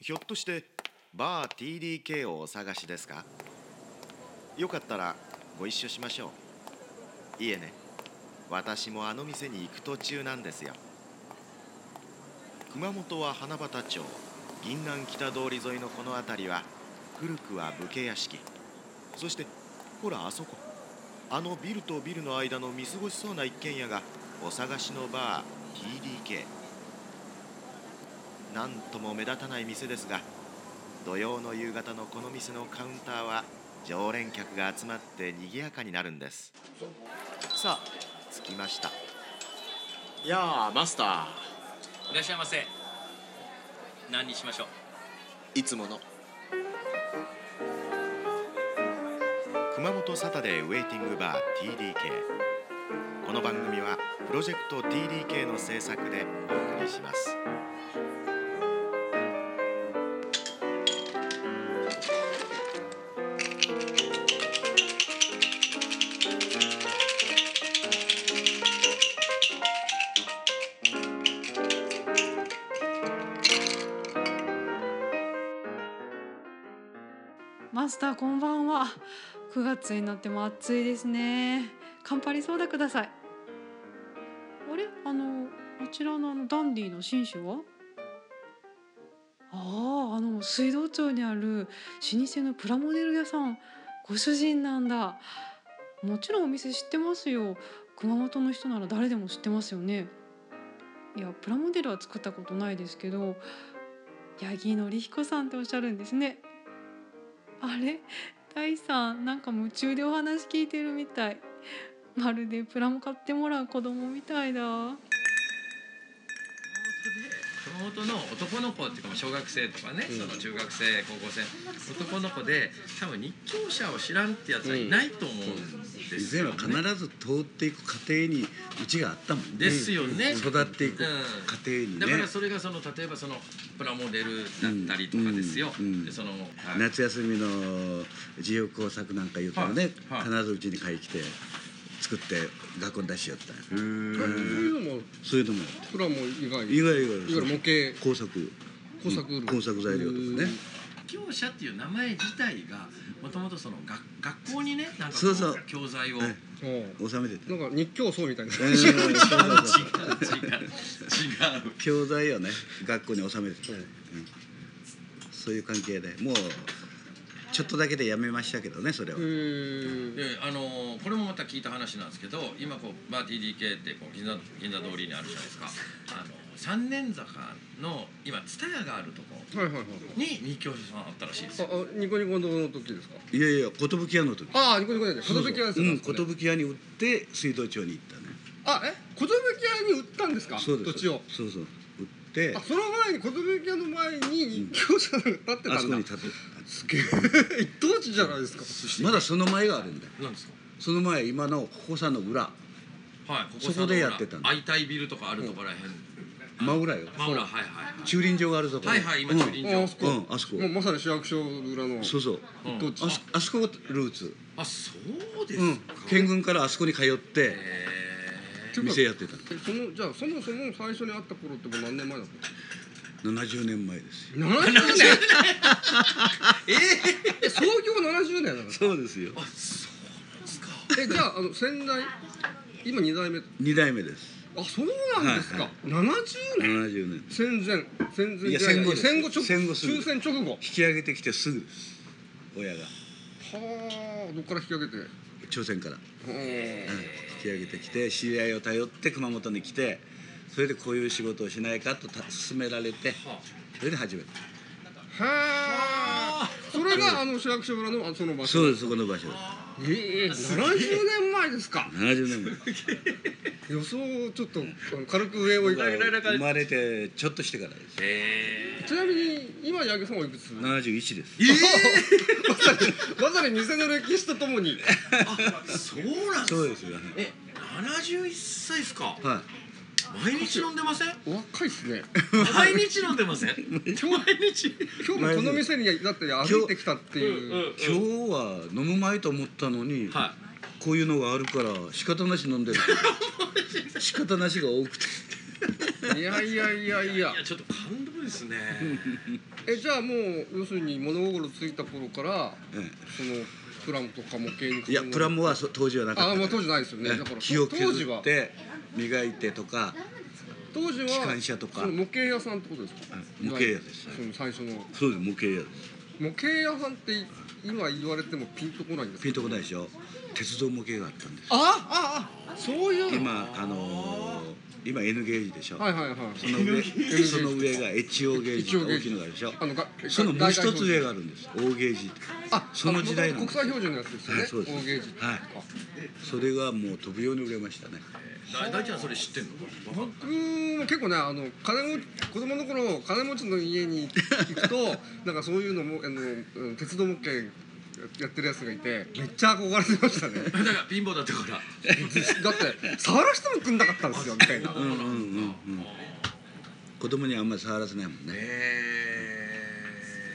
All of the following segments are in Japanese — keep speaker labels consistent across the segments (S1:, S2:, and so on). S1: ひょっとしてバー TDK をお探しですかよかったらご一緒しましょういえね私もあの店に行く途中なんですよ熊本は花畑町銀南北通り沿いのこの辺りは古くは武家屋敷そしてほらあそこあのビルとビルの間の見過ごしそうな一軒家がお探しのバー TDK なんとも目立たない店ですが土曜の夕方のこの店のカウンターは常連客が集まって賑やかになるんですさあ着きました
S2: いやあマスタ
S3: いらっしゃいませ何にしましょう
S2: ーいつもの
S1: 熊本サタデーウェイティングバー TDK この番組はプロジェクト TDK の制作でお送りします
S4: マスターこんばんは9月になっても暑いですね乾杯ソーダくださいあれあのあちらのあのダンディの新種はあああの水道町にある老舗のプラモデル屋さんご主人なんだもちろんお店知ってますよ熊本の人なら誰でも知ってますよねいやプラモデルは作ったことないですけど八木紀彦さんっておっしゃるんですねあれ大さんなんか夢中でお話聞いてるみたいまるでプラモ買ってもらう子供みたいだ
S5: 熊本の男の子っていうか小学生とかね、
S2: うん
S5: その中学生高校生男の子で多分日教者を知らんってやつはいないと思うんで
S6: 以
S5: す
S6: 前
S5: よ
S6: は
S5: ね。
S6: 必ず通っていく過程にうちがあったもんね
S5: ですよね。
S6: 育っていく過
S5: う
S6: 程
S5: ん
S6: にね
S5: だからそれがその例えばそのプラモデルだったりとかですよ。
S6: うんうん
S5: でその、はい
S6: 夏休みの自由工作なんか言うたらね、
S5: はいはい
S6: 必ずうちに買い来て作って学校に出しよったんや
S7: そういうのも
S6: そういうのもや
S7: プラモ以外
S6: って意
S7: いわ
S6: 外意外
S7: ゆる模型
S6: 工作
S7: 工作類
S6: うん工作材料とかね
S5: 日教者っていう名前自体がもともとその学学校にねなんかこ
S6: そうそう
S5: 教材を、
S6: はい
S7: うん
S6: 収めてた、
S7: なんか日教層みたいな
S6: えー そうそうそう
S5: 違う違う違う。
S6: 教材をね学校に収めてた、うんそういう関係でもうちょっとだけでやめましたけどねそれは、
S7: へ
S5: であのーこれもまた聞いた話なんですけど今こうバー TDK ってこう銀座銀座通りにあるじゃないですかあの三年坂の今蔦屋があるとこ
S7: えはいはいはい
S5: に日教師さんあったらしいです
S7: あ
S5: よ
S7: あニコニコの時ですか
S6: いやいや寿屋の時
S7: ああニコニコで寿屋ですよ
S6: う
S7: なん
S6: ん
S7: かね
S6: 寿屋に売って水道町に行ったね
S7: あえ寿屋に売ったんですか
S6: そうで
S7: 土
S6: す
S7: 地を
S6: そうそう売って
S7: あその前に寿屋の前に日教者が立って
S6: あ
S7: た
S6: そこ
S7: んだ
S6: に立って
S7: すげえ一等地じゃないですか
S6: たまだその前があるんだよ
S5: なんですか
S6: その前今の保さんの裏
S5: はいここ
S6: そこでやってたんだ
S5: 愛体ビルとかあるとこらへん
S6: 真裏よ
S5: 真裏はいはいはい
S6: 駐輪場があるとこ
S5: はいはい今駐輪場
S7: ああそこ
S6: うんあそこ
S7: もうまさに市役所裏の
S6: そうそう
S5: うん
S7: どっち
S6: あそあそこがルーツ
S5: あそうです
S6: うん
S5: か
S6: 県軍からあそこに通っ
S5: へ
S6: て
S7: ていうか
S6: 店やってたの
S7: えそのじゃあそもそも最初に会った頃ってもう何年前だった
S6: 70年前ですよ
S7: の70年 ええ創業70年なの
S6: そうですよ
S5: ーあそうなんですか
S7: えじゃああの先代今2代目
S6: 2代目です
S7: あそうなんですか、
S6: はい
S7: 70年
S6: 70年
S7: 戦前戦前
S6: いや
S7: じゃな
S6: 戦後です
S7: 戦後直
S6: 戦後すぐ
S7: 終戦直後
S6: 引
S7: は
S6: き上げてきてすぐです親が
S7: あどっから引き上げては
S6: 朝鮮から
S7: あ
S6: 引き上げてきて知り合いを頼って熊本に来てそれでこういう仕事をしないかとた勧められてそれで始めた
S7: はあそれがあの市役所村のあのその場所
S6: そうですそこの場所です
S7: ええ70年前ですか
S6: 70年前
S7: 予想をちょっとあの軽く上を行く
S6: 生まれてちょっとしてからです
S5: へ
S7: ちなみに今八木さんはいくつ
S6: 71です
S7: まさに店の歴史とともに
S5: ーそうなんです
S6: そうですよ
S5: え71歳ですか
S6: は
S5: 毎日飲んでません
S7: お若いっすね
S5: 毎日飲んでませ ん毎日
S7: 今日もこの店にだって歩いてきたっていう、
S5: うん
S6: い今日は飲む前と思ったのに、
S5: は
S6: こう いうのがあるから仕方なし飲んでる仕方なしが多くて
S7: いいやいやいやいや
S5: いやちょっと感動です ね
S7: えじゃあもう要するに物心ついた頃から
S6: ええ
S7: そのプラムとか模型に
S6: いやプラモはそ当時はなかったか
S7: あ
S6: ら
S7: まあ当時ないですよねだから
S6: 気を
S7: 当時
S6: 削
S7: は
S6: って磨いてとか
S7: 当時は
S6: 機関車とか
S7: その模型屋さんってことですか
S6: 模型屋です
S7: その最初の
S6: そうです模型屋で
S7: 模型屋さんって今言われてもピンとこないんで
S6: す
S7: すか
S6: ピンとこないでしょ鉄道模型があったんです
S7: あああそういうの
S6: 今あのー今 N ゲージでしょ、
S7: はいはいはい
S6: その上
S7: N
S6: その上が HO ゲージ
S7: HO ゲージ
S6: 大きいのがあるでしょ
S7: あのが
S6: そのもう一つ上
S7: が
S6: があるんです O ゲージ
S7: あ
S6: その時代の
S7: あ元々国際標準のやつですよね
S6: はいそうです
S7: 大ゲージって
S6: はいそれがもう飛ぶように売れましたね
S5: だ大ちゃんそれ知ってんの
S7: 僕も結構ねあの金持ち子供の頃金持ちの家に 行くとなんかそういうのもあのうん鉄道模型やってるやつがいてめっちゃ憧れて ましたね
S5: だから貧乏だったから
S7: だって触らせてもくんなかったんですよみたいな
S6: うんうんうんうん子供にはあんまり触らせないもんね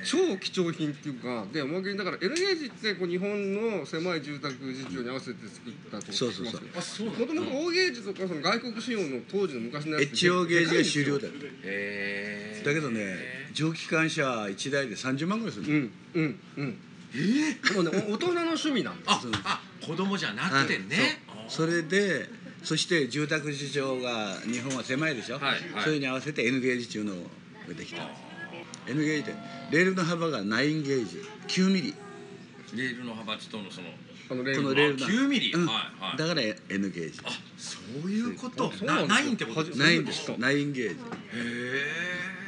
S7: 超貴重品っていうかでおまけにだから L ゲージってこう日本の狭い住宅事情に合わせて作ったと
S6: そうそうそう
S7: もともと O ゲージとかその外国仕様の当時の昔のやつって
S6: HO ゲージが終了
S7: で
S6: だっただけどね蒸気機関車1台で30万ぐらいするん
S7: かいんですようんうんうんえもうねお大人の趣味なんです
S5: ああ子供じゃなくてね、
S6: はいそうそれでそして住宅事情が日本は狭いでしょ、
S5: はいはい
S6: それに合わせて N ゲージ中のができたんです N ゲージってレールの幅が9ゲージ9ミリ
S5: レールの幅ちとのその
S7: あのレー
S6: こ
S7: ル
S6: のレールの
S5: あ9ミリ
S6: うん
S5: はいはい
S6: だから N ゲージ
S5: あそういうこと
S7: そう
S5: な
S7: な
S5: なん
S7: ですよ
S5: いんってことですね
S6: ないんです9ゲージ
S5: へ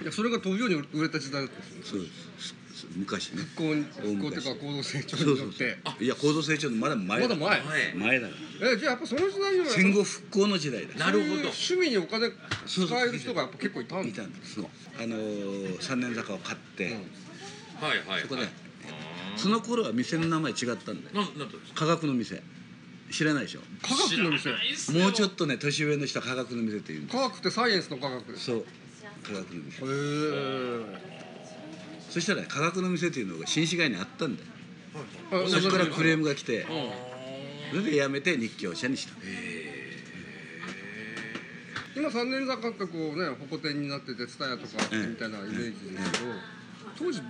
S7: いやそれが飛ぶように売れた時代だったんです
S6: そ
S7: よ
S6: うですす昔ね
S7: 復興に復興っていうか行動成長
S6: そう
S7: に
S6: そ
S7: よ
S6: う
S7: っ
S6: そ
S7: て
S6: ういや高度成長のまだ前
S7: まだ
S6: だ
S7: 前
S5: え
S6: 前だから
S7: えじゃあやっぱその時代には
S6: 戦後復興の時代だ
S5: なるほど
S7: そういう趣味にお金使える人がやっぱ結構いたん
S6: 見
S7: だ
S6: たんですそうあのー三年坂を買って、
S7: うん
S5: はいはいはい
S6: そこで
S5: あ
S6: その頃は店の名前違ったんだ
S5: ー
S6: よ
S5: なんなんとです
S6: 科学の店知らないでしょ
S7: 科学の店
S6: もうちょっとね年上の人は科学の店っていうんだ
S7: 科学ってサイエンスの科学です
S6: そう科学の店
S7: へえ
S6: そしたら、ね、科学の店っていうのが新市街にあったんだよ
S7: 同
S6: そ
S7: じ
S6: こか
S7: か
S6: らら
S7: ク
S6: ク
S7: レ
S6: レー
S7: ーム
S6: ムが来てそれでやめて日教社にした
S7: 今三年坂ってこうねホコ天になってて蔦屋とかみたいなイメージですけど当時あ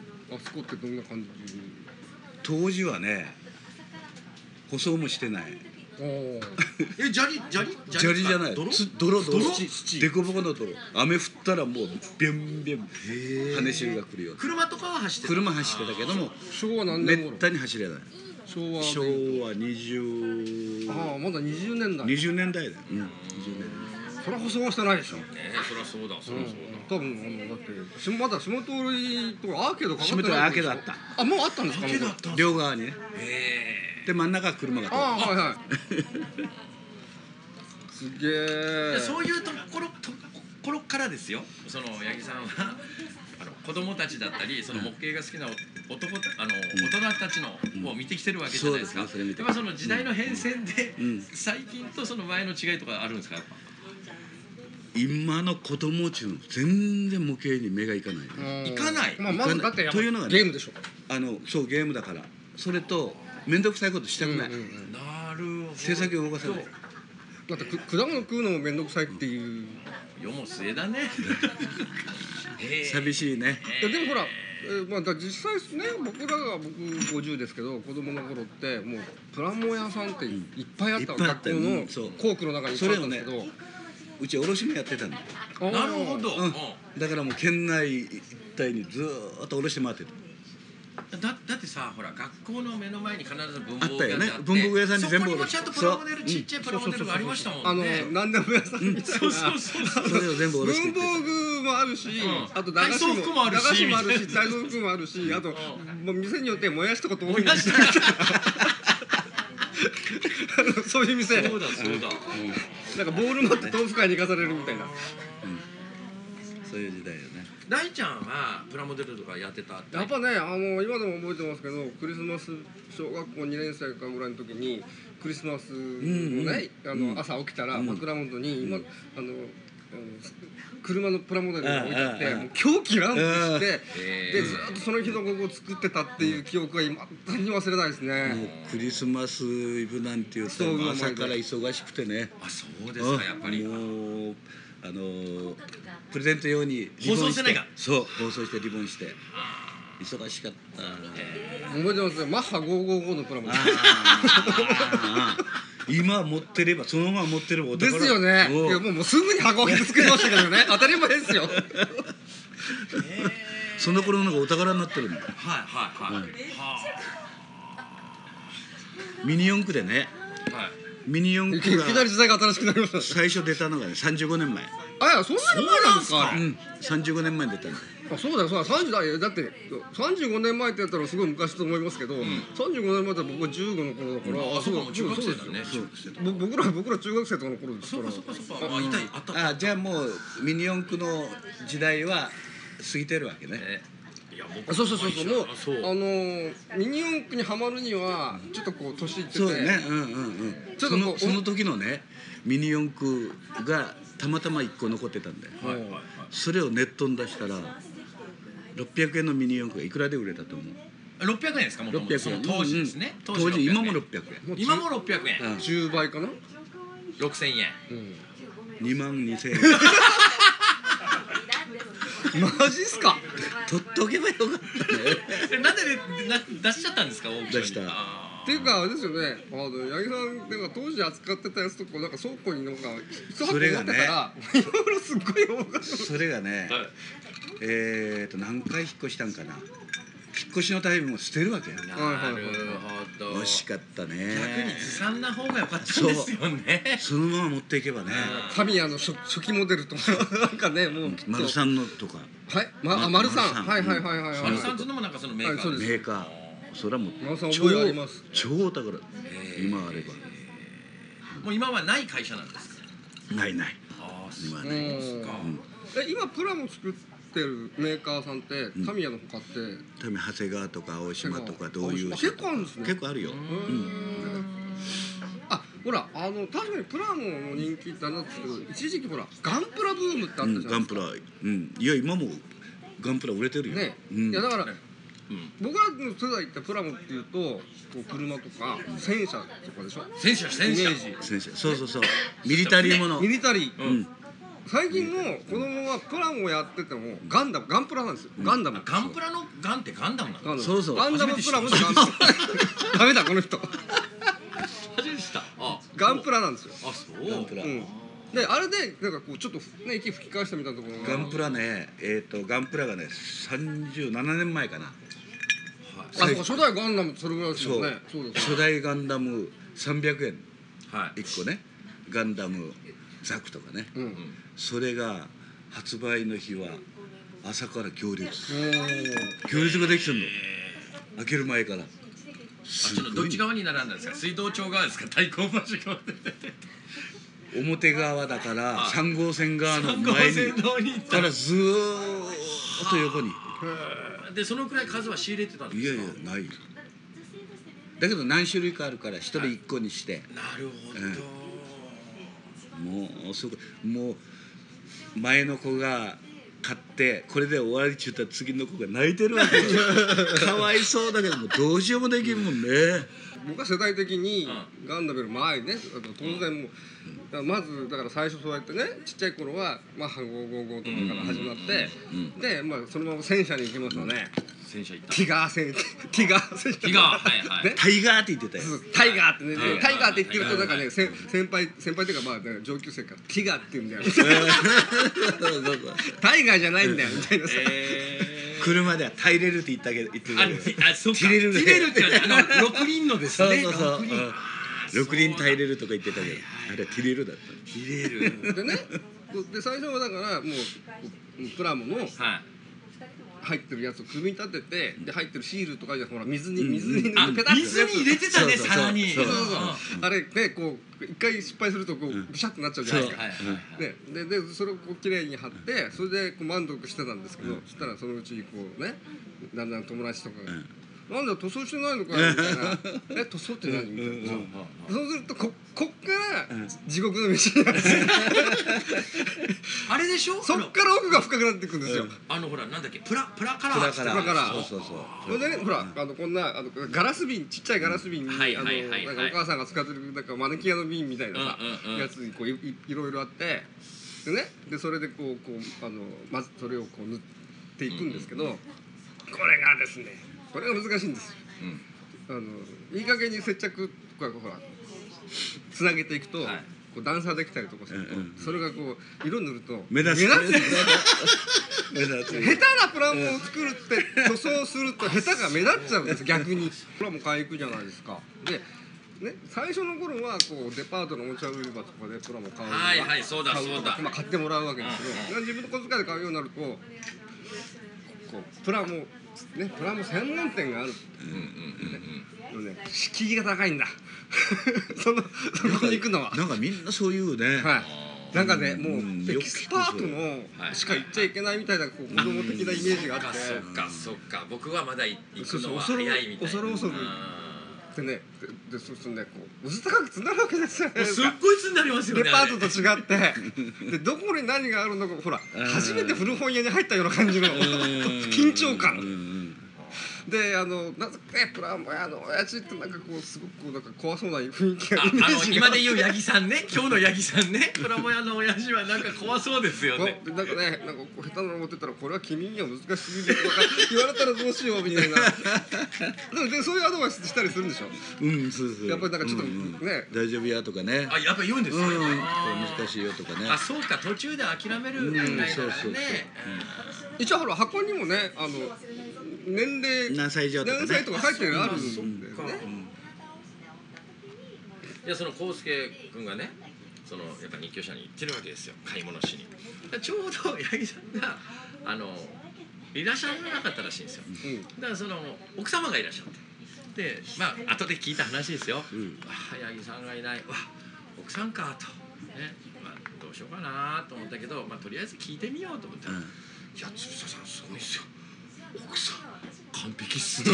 S7: そこってどんな感じ
S6: 当時はね舗装もしてない
S7: お お
S5: え砂利砂利
S6: 砂利じゃない
S5: 泥
S6: つ泥泥
S5: 泥
S6: 土凸凹の泥雨降ったらもうビュンビュン羽汁が来るような
S5: 車とかは走ってた
S6: 車走ってたけども
S7: 昭和何
S6: め
S7: 年
S6: っ
S7: 頃
S6: たに走れない
S7: 昭和
S6: 昭和20
S7: ああまだ20年代
S6: 20年代だよ、うん、20年
S7: それは舗装はしてないでしょ
S5: ねそりゃそうだそりゃそうだ、
S7: 多分あのだってしまだ下通りとかアーケードかかっ
S6: 下通
S7: て
S6: り
S7: ない
S6: アーケードあった
S7: あもうあったんですかもう
S6: 代両側にねで真ん中は車が通る
S7: ああはいはいすげえ
S5: でそういうところところからですよその八木さんはあの子供たちだったりその模型が好きなお男たあの、大人たちのを見てきてるわけじゃないですか、
S6: そうですねそれ見て
S5: やっぱその時代の変遷で、
S6: うん
S5: 最近とその前の違いとかあるんですかやっぱ
S6: 今の子供中の全然模型に目がいかない、
S7: 行
S5: かない
S7: まあ、まずだってやっぱ
S6: というのがね
S7: ゲームでしょ
S6: あのそうゲームだからそれと面倒くさいことしたくない、
S5: なるほど
S6: 制作を動かさない
S7: だってく果物食うのも面倒くさいっていう、
S5: 世も末だねへえ
S6: 寂しいね
S7: いやでもほら、えーまあ、だから実際ね僕らが僕50ですけど子供の頃ってもうプラモ屋さんっていっぱいあった,、
S6: いっぱいあった
S7: 学校の
S6: うんそう
S7: 校区の中にいっぱいあったんですけど、
S6: うち卸もやってたんだよ、
S7: あー
S5: なるほど、
S6: う
S5: うん
S6: ん、だからもう県内一帯にずーっと卸して回ってた
S5: だだってさほら学校の目の前に必ず文房
S6: あっ
S5: 具
S6: た
S5: 屋
S6: よ
S5: が
S6: ね
S5: あって
S6: 文房具屋さんに全
S5: そ
S6: 部
S5: こにも
S6: 卸
S5: ちゃんとプ
S6: そう
S5: ラモデルちっちゃいプラモデルがありましたも
S7: あ
S5: ん
S7: の、
S5: ね
S7: 何でも屋さんみたいな、
S5: そうそうそうそう
S6: それを全部卸して
S7: 文
S6: って
S7: 房具もあるし、
S5: ん
S7: あと駄菓子
S5: 体操服もあるし
S7: 駄菓子もあるし体操服もあるしあと、もう店によってもやしとかと多いんですよあの そういう店
S5: そうだそうだ。
S7: なんかボール持って豆腐買いに行かされるみたいな。
S6: そういう時代よね
S5: 大ちゃんはプラモデルとかやってたって。
S7: やっぱね、あの今でも覚えてますけど、クリスマス小学校2年生かぐらいの時にクリスマスのね、
S6: うんうん
S7: あの朝起きたら
S6: うん
S7: 枕元に今、あのあの車のプラモデルを置いてあっ
S6: うん
S7: て
S6: うんうん
S7: もう狂気乱舞して
S5: えー
S7: でずっとその日の午後を作ってたっていう記憶が今に忘れないです
S6: もう
S7: ね
S6: クリスマスイブなんていうと
S7: そう
S6: 朝から忙しくてね
S5: あそうですかやっぱり
S6: もうあのプレゼント用にリボン
S3: 放送してないか
S6: そう放送してリボンして忙しかった
S7: 覚えてますよマッハ555のプラモデル
S6: あー今持ってればそのまま持ってればお
S7: で
S6: 宝
S7: すよね
S6: お
S7: いやもうもうすぐに箱を傷つけましたけどね当たり前で すよ
S6: その頃のがお宝になってるの
S5: はいはいはい、
S6: うん
S5: は
S6: ミニ四駆でね
S5: あはい
S6: ミニ四
S7: いき
S6: 駆が
S7: いきなり時代が新しくなりました
S6: 最初出たのがね35年前
S7: あいやそんなに前なんですかあれ
S6: うん35年前に出たんだよ
S7: あそうだよそうだ30代だって35年前ってやったらすごい昔と思いますけど、35年前って僕は15の頃だから、
S5: あそうかもう中学生
S7: そ
S5: だ
S7: うで
S5: ね
S7: す
S5: 中
S7: よ
S5: 学生だ
S7: ぼ僕ら僕ら中学生とかの頃です
S5: そ
S7: か
S5: う
S7: ら
S5: かそうかそうかあいたいあった
S6: あじゃあもうミニ四駆の時代は過ぎてるわけね
S5: えーいや僕
S7: そうそうそうそうもう
S5: あ
S7: あ
S5: そう
S7: のーミニ四駆にはまるにはちょっとこう年いってて
S6: そうだねうんうんうん
S7: ちょ
S6: そ
S7: っとこ
S6: の
S7: う
S6: その時のねミニ四駆がたまたま1個残ってたんだよ
S5: はいはいはい
S6: それをネットに出したら600円のミニ四駆がいくらで売れたと思う
S5: 600円ですかもともとそ
S6: 600
S5: の
S6: 円
S5: 当時ですね、
S6: うん当時
S5: 600円
S6: 今も600
S7: もう
S5: 今も600円、
S6: 円、
S7: 10倍かな、
S5: 6000円
S7: うん、
S6: うん、2万2000円
S7: マジっすか
S6: 取っとけばよかったね
S5: えなんでねな出しちゃったんですかオークションに
S6: 出した
S5: あ
S7: っていうかあれですよねあの八木さんなんか当時扱ってたやつとかなんか倉庫になんか一
S6: そ
S7: 箱持って
S6: れ
S7: た
S6: がね
S7: ら いろいろすっごい大が
S6: それがね
S5: ーはい
S6: えー、と何回引っ越したんかな引っ越しのタイミングも捨てるわけよ
S5: なるほど
S6: 惜しかったね
S5: 逆にずさんな方が良かったんですよね
S6: そのまま持っていけばね
S7: ファミヤの初初期モデルとか なんかねもうきっと
S6: 丸さんのとか
S7: はいまあ
S6: ま
S7: 丸さ
S6: 丸
S7: ん
S6: さん
S7: はいはいはいはいはい
S5: 丸さんとのもなんかそのメーカー
S7: はいそう
S6: メ
S7: です
S6: ーカーそれはもう
S7: 丸さん
S6: 超
S7: 覚えあります
S6: 超だから
S5: えー
S6: 今あれば
S5: もう今はない会社なんですか
S6: ないない
S5: ああ
S6: 今は
S7: う
S6: ない
S7: んえ今プラも作ってるメーカーさんってファミヤの他って
S6: 多分長谷川とか青島とかどういう
S7: あ結構あるんですね
S6: 結構あるよ
S7: うーんあほらあの確かにプラモの人気ってあれなんですけど一時期ほらガンプラブームってあ
S6: う
S7: ったじゃないで
S6: ん
S7: すか、
S6: ガンプラうんいや今もガンプラ売れてるよ
S7: ね、
S6: うん
S7: いやだから、
S5: ん
S7: 僕らの世代ってプラモっていうとこう車とか戦車とかでしょ
S5: 戦車戦車
S7: イメー
S6: 先生そうそうそうミリタリーもの
S7: ミリタリー、
S5: う
S6: うんん
S7: 最近の子供はプラモやっててもガンダムガンプラなんですよガンダム
S5: ガンプラのガンってガンダムな
S7: ガンダ
S5: の
S7: ム
S6: そうそう
S7: ガンダムプラモでガンダム ダメだこの人
S5: 初めて知ったあ
S7: ガンプラなんですよ、
S5: あそう
S6: ガンプラ
S7: うん、であれでなんかこうちょっとね息吹き返したみたいなところが
S6: ガンプラねえっとガンプラがね37年前かな
S7: あそうか初代ガンダムってそれぐらいです
S6: そ
S7: よ
S6: う
S7: ねそうです
S6: 初代ガンダム300円
S5: はい
S6: 1個ねガンダムザクとかね
S7: うん
S6: それが発売の日は朝から行列
S7: おー
S6: 行列ができてんの開ける前から
S5: あ
S6: す
S5: ちょっとど
S6: ご
S5: っ
S6: い
S5: ち側に並んだんですか水道庁側ですか対抗馬車側で
S6: 表側だから
S5: はい
S6: 3号線側の
S5: 3号
S6: 前に
S5: 線の方に行っ
S6: か
S5: た
S6: らずーっと横に
S5: らでそのくらい数は仕入れてたん
S6: い
S5: で
S6: や
S5: す
S6: い
S5: か
S6: やないよだけど何種類かあるから1人1個にして、
S5: なるほど、
S6: うんもうすごいもう前の子が買ってこれで終わりっちゅったら次の子が泣いてるわけよ かわいそうだけどもうどうしようもできんもんね
S7: 僕は世代的に
S5: う
S7: ガンダムより前にねあと当然もうだからまずだから最初そうやってねちっちゃい頃はマッハ555とかから始まってでまあそのまま戦車に行きましたね
S5: 戦車行った
S7: ティガー戦 ティガー戦車
S5: ティガーはいはい
S7: ね
S6: タイガーって言ってたよ
S7: そうタイガーってね
S5: はい
S7: タイガーって言ってるとなんか
S5: は
S7: ね
S5: い
S7: せん先輩先輩っていうかまあね上級生からティガーって言うんだよ
S6: そうそうそう
S7: タイガーじゃないんだよみたいなさ
S5: えー
S6: 車ではタイレルって言ったけど言ってたけど
S5: あ、あ、そうか。
S6: 切れるね
S5: 切れるって言われてあの六輪のです
S6: そう
S5: ね。
S6: そうそう
S5: 六輪
S6: うん六輪タイレルとか言ってたけどあれはティレルだった
S5: 切れる。
S7: でねで最初はだからもうプラモの
S5: はい。
S7: 入ってるやつを首に立ててで入ってるシールとかじゃほら水に
S6: うん
S7: 水に
S5: あ
S7: 入れてペタッて
S5: 水に入れてたね、
S6: そうそうそう
S5: 皿に。
S6: そうそう
S7: そうそうあれねこう一回失敗するとこうビシャってなっちゃうじゃないですか
S5: はいはいはい。
S7: ねででそれをこう綺麗に貼ってそれでこう満足してたんですけどそしたらそのうちこうねだんだん友達とかが
S6: ん
S7: 「なんだよ塗装してないのかよみたいなえ塗装って何みたいな、
S6: うんうん
S7: そうするとここっから
S6: うん
S7: 地獄の飯になる
S5: あれでしょ
S7: そっから奥が深くなっていくんですよ、
S5: あのほらなんだっけプラプラカラ
S6: プ
S5: ー
S6: ラカラ
S7: プラカラ
S6: そうそうそう
S7: それでねほらあのこんなあのガラス瓶ちっちゃいガラス瓶にあ
S3: はい
S7: の
S3: はいはい
S7: なんかお母さんが使ってるなんかマヌキアの瓶みたいなさ
S3: うんうんうん
S7: やつにこういいいろいろあってでねでそれでこうこうあのまずそれをこう塗っていくんですけどこれがですねこれが難しいんですよ。あのいい加減に接着とかほらつなげていくと、
S5: はい
S7: こう段差できたりとかすると、
S6: うんうん
S7: それがこう色塗ると
S6: 目立つ
S7: 目立つ
S6: 目立つ
S7: 下手なプラモを作るって塗装すると下手が目立っちゃうんです逆にプラモ買いに行くじゃないですかでね、最初の頃はこうデパートのおもちゃ売り場とかでプラモ買うのが
S3: はいはいそうだ
S7: 買とか
S3: そうだ
S7: まあ、買ってもらうわけですけど、自分の小遣いで買うようになるとこうプラモねプラモ専門店があるでもね敷居が高いんだ そのそこに行くのは
S6: なんかみんなそういうね、
S7: はい、なんかねも
S6: うん
S7: うエキスパート
S3: は
S7: の
S3: い
S7: しか言っちゃいけないみたいなこう子供的なイメージがあって
S3: そっかそっか僕はまだい行く
S7: そうそう
S3: のは
S7: 恐
S3: 早
S7: る
S3: いみたいな
S7: 恐る恐る
S3: うん
S7: でねででそうするとねこううず高くつながるわけですよね
S3: すっごいつになりますよね
S7: デパー
S3: あ
S7: トと違ってでどこに何があるのかほら初めて古本屋に入ったような感じの緊張感
S6: うんうん
S7: であのなぜかねプラモやの親父ってなんかこうすごくこうなんか怖そうな雰囲気が
S3: あ
S7: イメー
S3: の
S7: ジが
S3: 今で言う八木さんね今日の八木さんねプラモ屋の親父はなんか怖そうですよね
S7: おでなんかねなんかこう下手なの持ってたらこれは君には難しすぎるとか言われたらどうしよう みたいなでもでそういうアドバイスしたりするんでしょ
S6: うん、そうそう。
S7: やっぱりなんかちょっと
S6: う
S7: ね
S6: 大丈夫やとかね。
S3: あやっぱ言うんです
S6: う
S3: よ
S6: ん、
S3: ね
S6: これ
S3: あー
S6: 難しいよとかね。
S3: あそうか途中で諦めるみたいなね
S6: うんそうそうそう
S7: 一応ほら箱にもねあの年齢
S6: 何歳以上とかね
S7: 何歳とか書いてあるん
S3: そっ
S7: で
S3: か
S7: ね
S5: いやその康介君がねそのやっぱ日教社に行ってるわけですよ買い物しにちょうど八木さんがあのいらっしゃらなかったらしいんですよだからその奥様がいらっしゃってでまあ後で聞いた話ですよ、わ
S6: ん
S5: あ八木さんがいないわあ奥さんかとねまあどうしようかなと思ったけど、まあ、とりあえず聞いてみようと思ったら、
S6: うん
S5: いや鶴田さんすごいですよ奥さん完璧っすね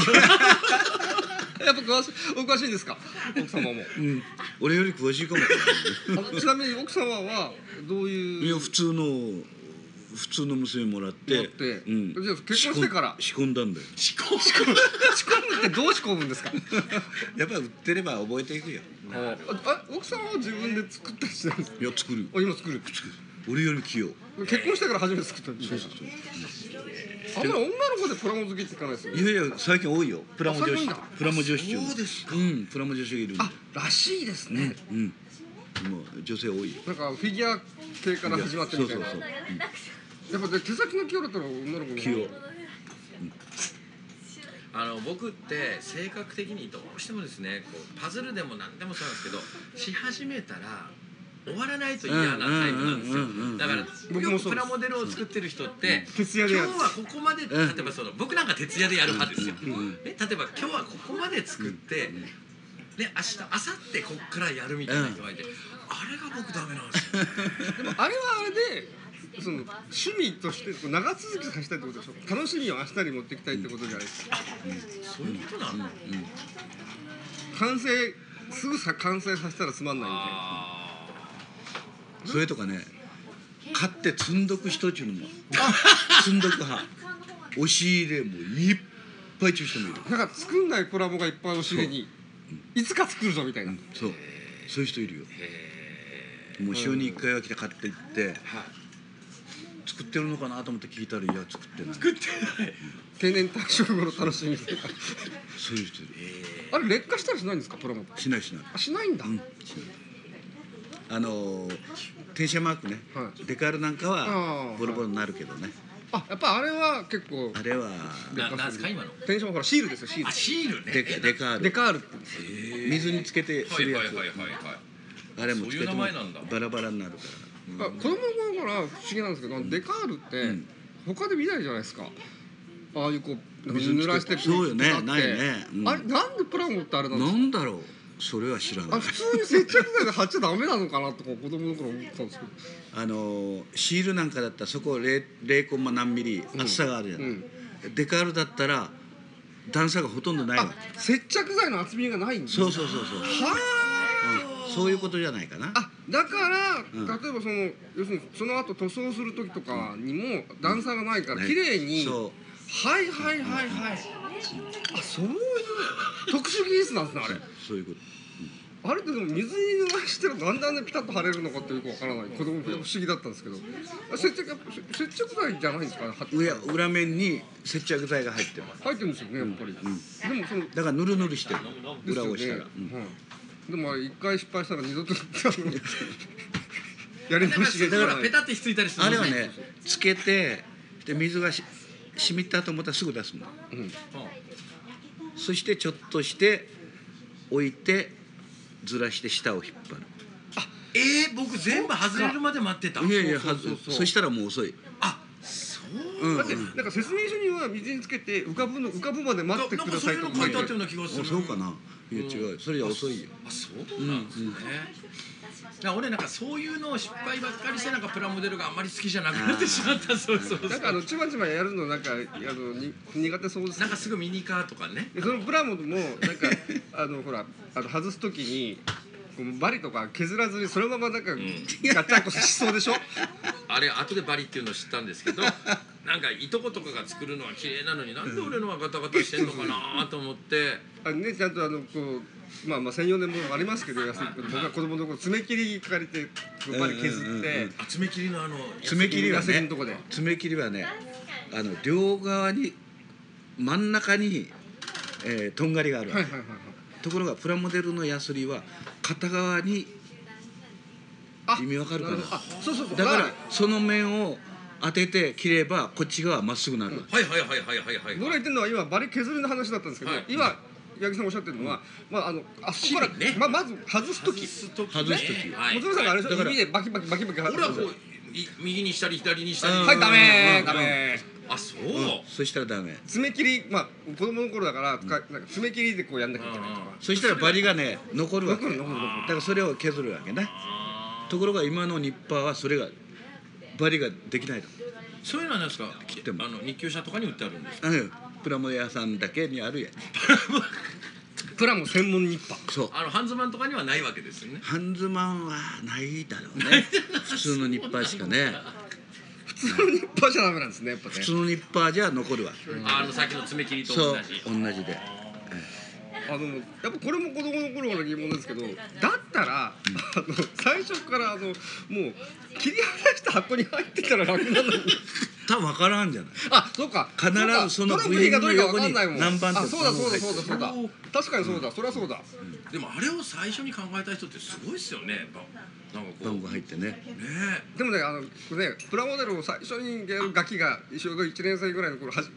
S7: やっぱ詳しいお詳しいんですか奥様も
S6: うん、俺より詳しいかも。
S7: あのちなみに奥様はどう
S6: い
S7: い
S6: や、
S7: う
S6: 普通の。普通の娘もらって。
S7: もらって
S6: うん
S7: じゃあ結婚してから
S6: 仕込ん仕込んだんだよ。
S7: 仕込む仕込むってどう仕込むんですか
S6: やっぱり売ってれば覚えていくよ。
S7: ああ奥様は自分で作ったりしてるんですか
S6: いや、作るよ。
S7: あ今作る
S6: 俺より器用。
S7: 結婚してから初めて作ったんですよあんまり女の子でプラモ好きって聞かないですよね
S6: いやいや、最近多いよ。プラモ女
S7: あ最近多いん
S6: 子
S7: だ。
S6: プラモ女子中。
S5: そうですか
S6: うん、プラモ女子がいるんだよ。
S7: らしいです
S6: うん、うん。もう女性多いよ。
S7: なんかフィギュア系から始まってみたいな
S6: そうそうそう
S7: やっぱね手先の器用だったら女の子の
S6: 器用。
S5: あの僕って性格的にどうしてもですねこうパズルでも何でもそうなんですけどし始めたら終わらないと嫌なタイプなんです
S6: うんうんうんうん
S5: よ
S6: うん
S5: だから
S7: 僕
S5: よ
S7: も
S5: く
S7: そうです
S5: プラモデルを作ってる人って
S7: 徹
S5: 今
S7: 夜
S5: 日
S7: でや
S5: は
S7: る
S5: ここまで例
S6: うん
S5: えばその僕なんか徹夜でやる派ですよ、
S6: うんうん
S5: ね、例えば今日はここまで作って、ね、明日明後日こっからやるみたいな人がいて、あれが僕ダメなんですよ
S7: でもあれはあれでその趣味としてこう長続きさせたいってことでしょ楽しみを明日に持っていきたいってことじゃないですか
S5: そういうことなの、
S7: 完成すぐさ完成させたらつまんないみたいな
S5: あ
S6: それとかね買って積んどく人っちゅうの も積んどく派押し入れもいっぱいちゅう人もいる
S7: なんか作んないプラモがいっぱい押し入れにいつか作るぞみたいな
S6: そうそういう人いるよもう週に1回は来て買って行って作ってるのかなと思って聞いたらいや作ってない
S7: 定年退職後の楽しみとか
S6: そういう人いる
S7: あれ劣化したりしないんですかプラモって
S6: しないしない
S7: あしないんだ、
S6: うんしないあのー転写マークね、
S7: はい
S6: デカールなんか
S7: あ
S6: は
S7: ー
S6: ボロボロになるけどね
S7: あやっぱあれは結構
S6: あれは
S3: ななんですか今の
S7: テンションほらシールですよシー
S3: あ
S7: ル
S3: シールね
S6: デカデカール
S7: デカールって言うんですよ
S6: 水につけてするやつ、
S5: はいはいはいはい
S6: あれもつけて
S5: そ
S6: も
S5: ういう名前なんだ
S6: バラバラになるか
S7: あ子供の頃から不思議なんですけど、デカールって、
S6: うん
S7: 他で見ないじゃないですかああいうこう
S6: 水につけて
S7: 濡らして
S6: そうよね
S7: ピッと立って
S6: ないねうん
S7: あれなんでプラモってあれな
S6: ら
S7: ん
S6: な
S7: ですか
S6: んだろうそれは知らな
S7: あ
S6: い
S7: 普通に接着剤で貼っちゃダメなのかなとか子供の頃思ってたんですけど
S6: あのシールなんかだったらそこ0コンマ何ミリ厚さがあるじゃない、
S7: うん
S6: デカールだったら段差がほとんどないわ
S7: あ接着剤の厚みがないんです
S6: そう
S7: は
S6: そうそうそう、
S7: あ
S6: うん、そういうことじゃないかな
S7: あだから、
S6: うん
S7: 例えばその要するにその後塗装する時とかにも段差がないから
S6: ね
S7: 綺麗に、
S6: そ
S7: はいはいはいはいあそういう特殊技術なんですねあれ
S6: うそういうこと
S7: あれってでも水に濡らしてもなんであんなにピタッと貼れるのかってよくわからない子供不思議だったんですけどあ接着やっぱ接接着剤じゃないんですかね貼って
S6: いや裏面に接着剤が入ってる
S7: 入ってるんですよねやっぱり、でもその
S6: だからぬるぬるしてる
S7: です
S6: 裏
S7: よね
S6: をしたら、うん
S7: はい、でもあれ一回失敗したら二度とあの や
S5: な
S7: り
S5: ん
S7: 直
S5: か
S7: しが
S5: す
S7: で
S5: ごいほ
S7: きな
S5: らペ
S7: い
S5: タってひっついたりする
S6: あれ
S5: もん
S6: はねつけてで水がし染みたと思ったらすぐ出すんだそしてちょっとして置いてずらして下を引っ
S5: えー、僕全部外れるまで待ってた
S6: 張るいやいやはず
S7: そ
S6: そ
S7: うそうそう
S6: したらもう遅い
S5: あそう
S6: うん、うん、
S7: だってなんか説明書には水につけて浮かぶの浮かぶまで待って
S5: な
S7: く
S5: んか
S7: だ
S5: そ
S7: さ
S5: う
S7: い
S5: い
S7: と
S5: う
S7: か
S5: の書い
S7: 書い
S5: て
S7: て
S5: あ
S7: あ
S5: ったよう
S7: る
S5: な気がす
S6: あ
S5: る
S6: そうかないや違うそれじゃ遅いよ
S5: あそうなんですね、
S6: うんうん
S5: だから俺なんかそういうのを失敗ばっかりしてなんかプラモデルがあんまり好きじゃなくなってしまったそうそうそう
S7: なんかあのちまちまやるのなんかあのに苦手そうです
S5: なんかすぐミニカーとかね
S7: でそのプラモもなんか あのほらあの外すときにこうバリとか削らずにそのままなんか、ガチャンコしそうでしょ
S5: あれ後でバリっていうのを知ったんですけどなんかいとことかが作るのは綺麗なのになんで俺のはガタガタしてんのかなと思って
S7: あのねちゃんとあのこうまあまあ専用のものもありますけど安い僕が子供の頃爪切り借りてこうバリ削
S6: うんうん
S7: っ
S6: うんう
S7: て
S6: ん
S5: あ爪切りのあの
S6: 爪切りは
S7: 安い
S6: ね
S7: のとこで
S6: 爪切りはねあの両側に真ん中に、えー、とんがりがあるわ
S7: は
S6: け
S7: いはいはいはい
S6: ところがプラモデルのヤスリは片側に
S7: あ
S6: 意味わかるか
S7: な
S6: な
S7: るほどあそうそうそう
S6: だから
S7: バ
S6: その面を当てて切ればこっち側まっすぐなるわ、
S5: はいはいはいはいはいはい
S7: リ僕ら言ってるのは今バリ削りの話だったんですけど、
S5: はい
S7: 今八木さんおっしゃってるのは、まああのあそこから、
S5: 切るね
S7: まあまず外すとき
S6: 外す時、
S5: はい
S7: 松村さんがあれでし
S6: だ
S7: ょ
S6: から
S7: 指でバキバキバキバキ外
S5: 俺は
S7: す
S5: こうい右にしたり左にしたり
S7: はいダメ
S6: うん
S7: ーダメー
S5: あそう、
S6: そしたらダメ
S7: 爪切りまあ子供の頃だからかなんか爪切りでこうやんなきゃいけないとか
S6: そしたらバリがね残るわけ
S7: 残る残る残る
S6: だからそれを削るわけねところが今のニッパーはそれがバリができないと
S5: そういうのはなんですか
S6: 切っても
S5: あの日給車とかに売ってあるんですか
S6: うんプラモ屋さんだけにあるや
S7: プラモ専門ニッパー
S6: つそう
S5: あのハンズマンとかにはないわけですよね
S6: ハンズマンはないだろうね普通のニッパーしかね
S7: 普通のニッパーじゃダメなんですねやっぱね
S6: 普通のニッパーじゃ残るわ
S5: あのさっきの爪切りと
S6: そう
S5: 同じ
S6: 同じで
S7: あのやっぱこれも子供の頃から疑問ですけどだったらあの最初からあのもう切り離した箱に入ってたら楽なのに
S6: 多分分からんじゃない
S7: あそうか
S6: 必ず
S7: うか
S6: その
S7: ど部品がどれかわかんないもん
S6: 部品の横に何番って
S7: あそうだそうだそうだそうだ
S5: おー
S7: 確かにそうだそりゃそうだ
S5: でもあれを最初に考えた人ってすごいですよねばなんかこう
S6: バン
S5: ね
S6: ゴ入ってね
S5: え
S7: でもねあのこれねプラモデルを最初にやるガキが小学1年生ぐらいの頃はじ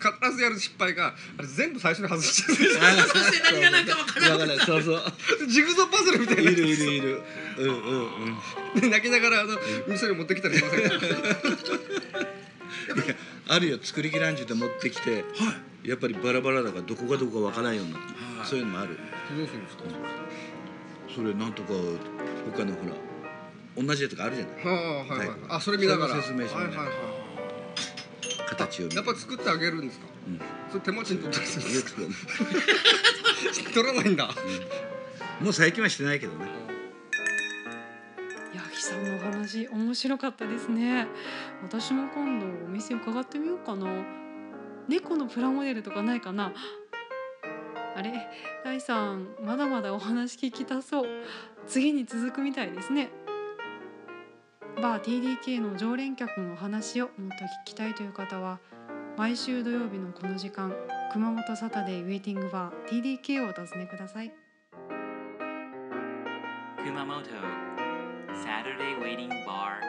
S7: 必ずやる失敗があれ全部最初に外しちゃうんですよ
S5: そ
S6: そ
S5: して何が何か分からなく
S6: ないそうそう
S7: ジグソーパズルみたい
S6: い
S7: にな
S6: る
S7: って
S6: いるいるうんうんうん
S7: で泣きながらあの店に持ってきたりしませんか
S6: いやあるよ作り切らんじゅうて持ってきてやっぱりバラバラだからどこがどこか分からんようになって
S5: はい
S6: そういうのもある
S7: どうするんですか
S6: それなんとか他のほら同じやつがあるじゃない
S7: はあはいはいあそれ見ながら
S6: その説明書
S7: はい
S6: み
S7: は
S6: た
S7: い
S6: い
S7: は
S6: ない形を見て
S7: やっぱ作ってあげるんですか
S6: うんい
S7: それ手持ちに取ったりするん
S6: や
S7: ですか
S6: 作る
S7: 取らないんだ
S6: もう最近はしてないけどね
S4: 八木さんのお話面白かったですね私も今度お店伺ってみようかな猫のプラモデルとかないかなあれ大さんまだまだお話聞きたそう次に続くみたいですねバー TDK の常連客のお話をもっと聞きたいという方は毎週土曜日のこの時間熊本サタデーウェイティングバー TDK をお尋ねください
S8: Kumamoto Saturday Waiting Bar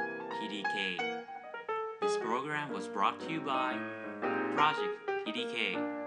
S8: PDK. This program was brought to you by Project PDK.